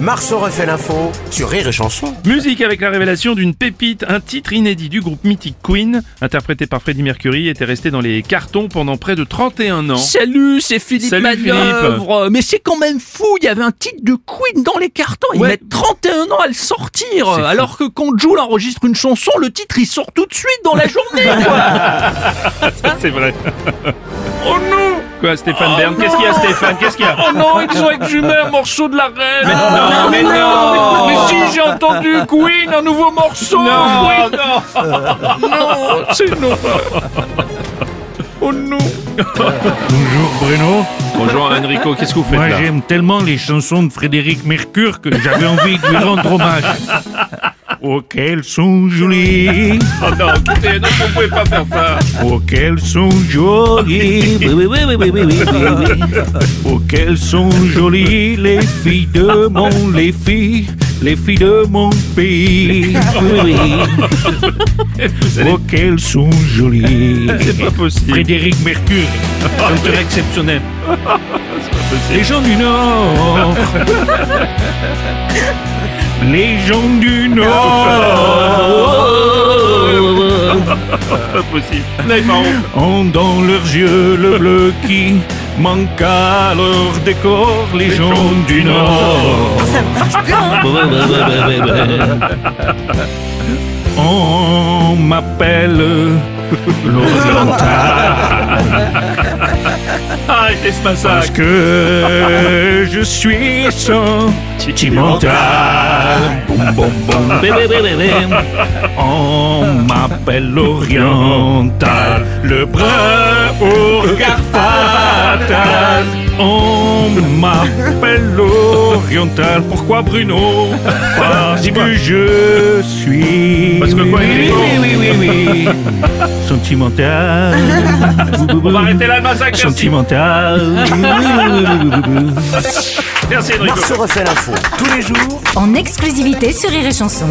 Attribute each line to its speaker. Speaker 1: Marceau refait l'info sur Rire et Chanson.
Speaker 2: Musique avec la révélation d'une pépite, un titre inédit du groupe mythique Queen, interprété par Freddie Mercury, était resté dans les cartons pendant près de 31 ans.
Speaker 3: Salut, c'est Philippe
Speaker 2: Salut,
Speaker 3: Manœuvre. Mais c'est quand même fou, il y avait un titre de Queen dans les cartons. Ils
Speaker 2: Ouais.
Speaker 3: mettent 31 ans à le sortir.
Speaker 2: fou.
Speaker 3: Alors que quand Jules enregistre une chanson, le titre il sort tout de suite dans la journée. quoi.
Speaker 2: C'est vrai. Oh non Quoi, Stéphane Bern Qu'est-ce qu'il y a, Stéphane Qu'est-ce qu'il y a
Speaker 4: Oh non, ils ont exhumé un morceau de la reine.
Speaker 2: Mais non, mais non.
Speaker 4: Mais si, j'ai entendu Queen, un nouveau morceau.
Speaker 2: Non,
Speaker 4: Queen. non, c'est une horreur. Oh non.
Speaker 5: Bonjour Bruno.
Speaker 2: Bonjour Enrico, qu'est-ce que vous faites
Speaker 5: Moi
Speaker 2: là
Speaker 5: j'aime tellement les chansons de Frédéric Mercure que j'avais envie de lui rendre hommage. Oh qu'elles sont jolies,
Speaker 2: Oh non, écoutez, non, vous pouvez pas faire ça
Speaker 5: oh qu'elles sont
Speaker 3: oui,
Speaker 5: jolies,
Speaker 3: oui, oui, oui, oui, oui, oui, oui, oui.
Speaker 5: oh qu'elles sont jolies, les filles de mon, les filles, les filles de mon pays.
Speaker 3: oui, oui,
Speaker 5: Oh qu'elles sont jolies.
Speaker 2: C'est pas possible
Speaker 5: Frédéric Mercure, chanteur exceptionnel. Les gens du Nord. Les gens du Nord
Speaker 2: Pas possible Là, il part en-
Speaker 5: ont dans leurs yeux le bleu qui manque à leur décor. Les gens du Nord on m'appelle l'Oriental. Ah,
Speaker 2: Arrêtez ce massacre
Speaker 5: Parce que je suis sentimental. Boum, boum, boum.
Speaker 3: oui, oui, oui, oui, oui.
Speaker 5: On m'appelle l'oriental, le brun au regard fatal. On m'appelle l'oriental. Pourquoi Bruno Parce que je suis.
Speaker 2: Parce que quoi,
Speaker 5: oui,
Speaker 2: Grégo
Speaker 5: oui, oui, oui, oui. Sentimental.
Speaker 2: On va arrêter là le massacre Merci,
Speaker 5: Sentimental.
Speaker 2: merci Enrico
Speaker 1: Marceau refait l'info tous les jours
Speaker 6: en exclusivité sur Rire et Chanson.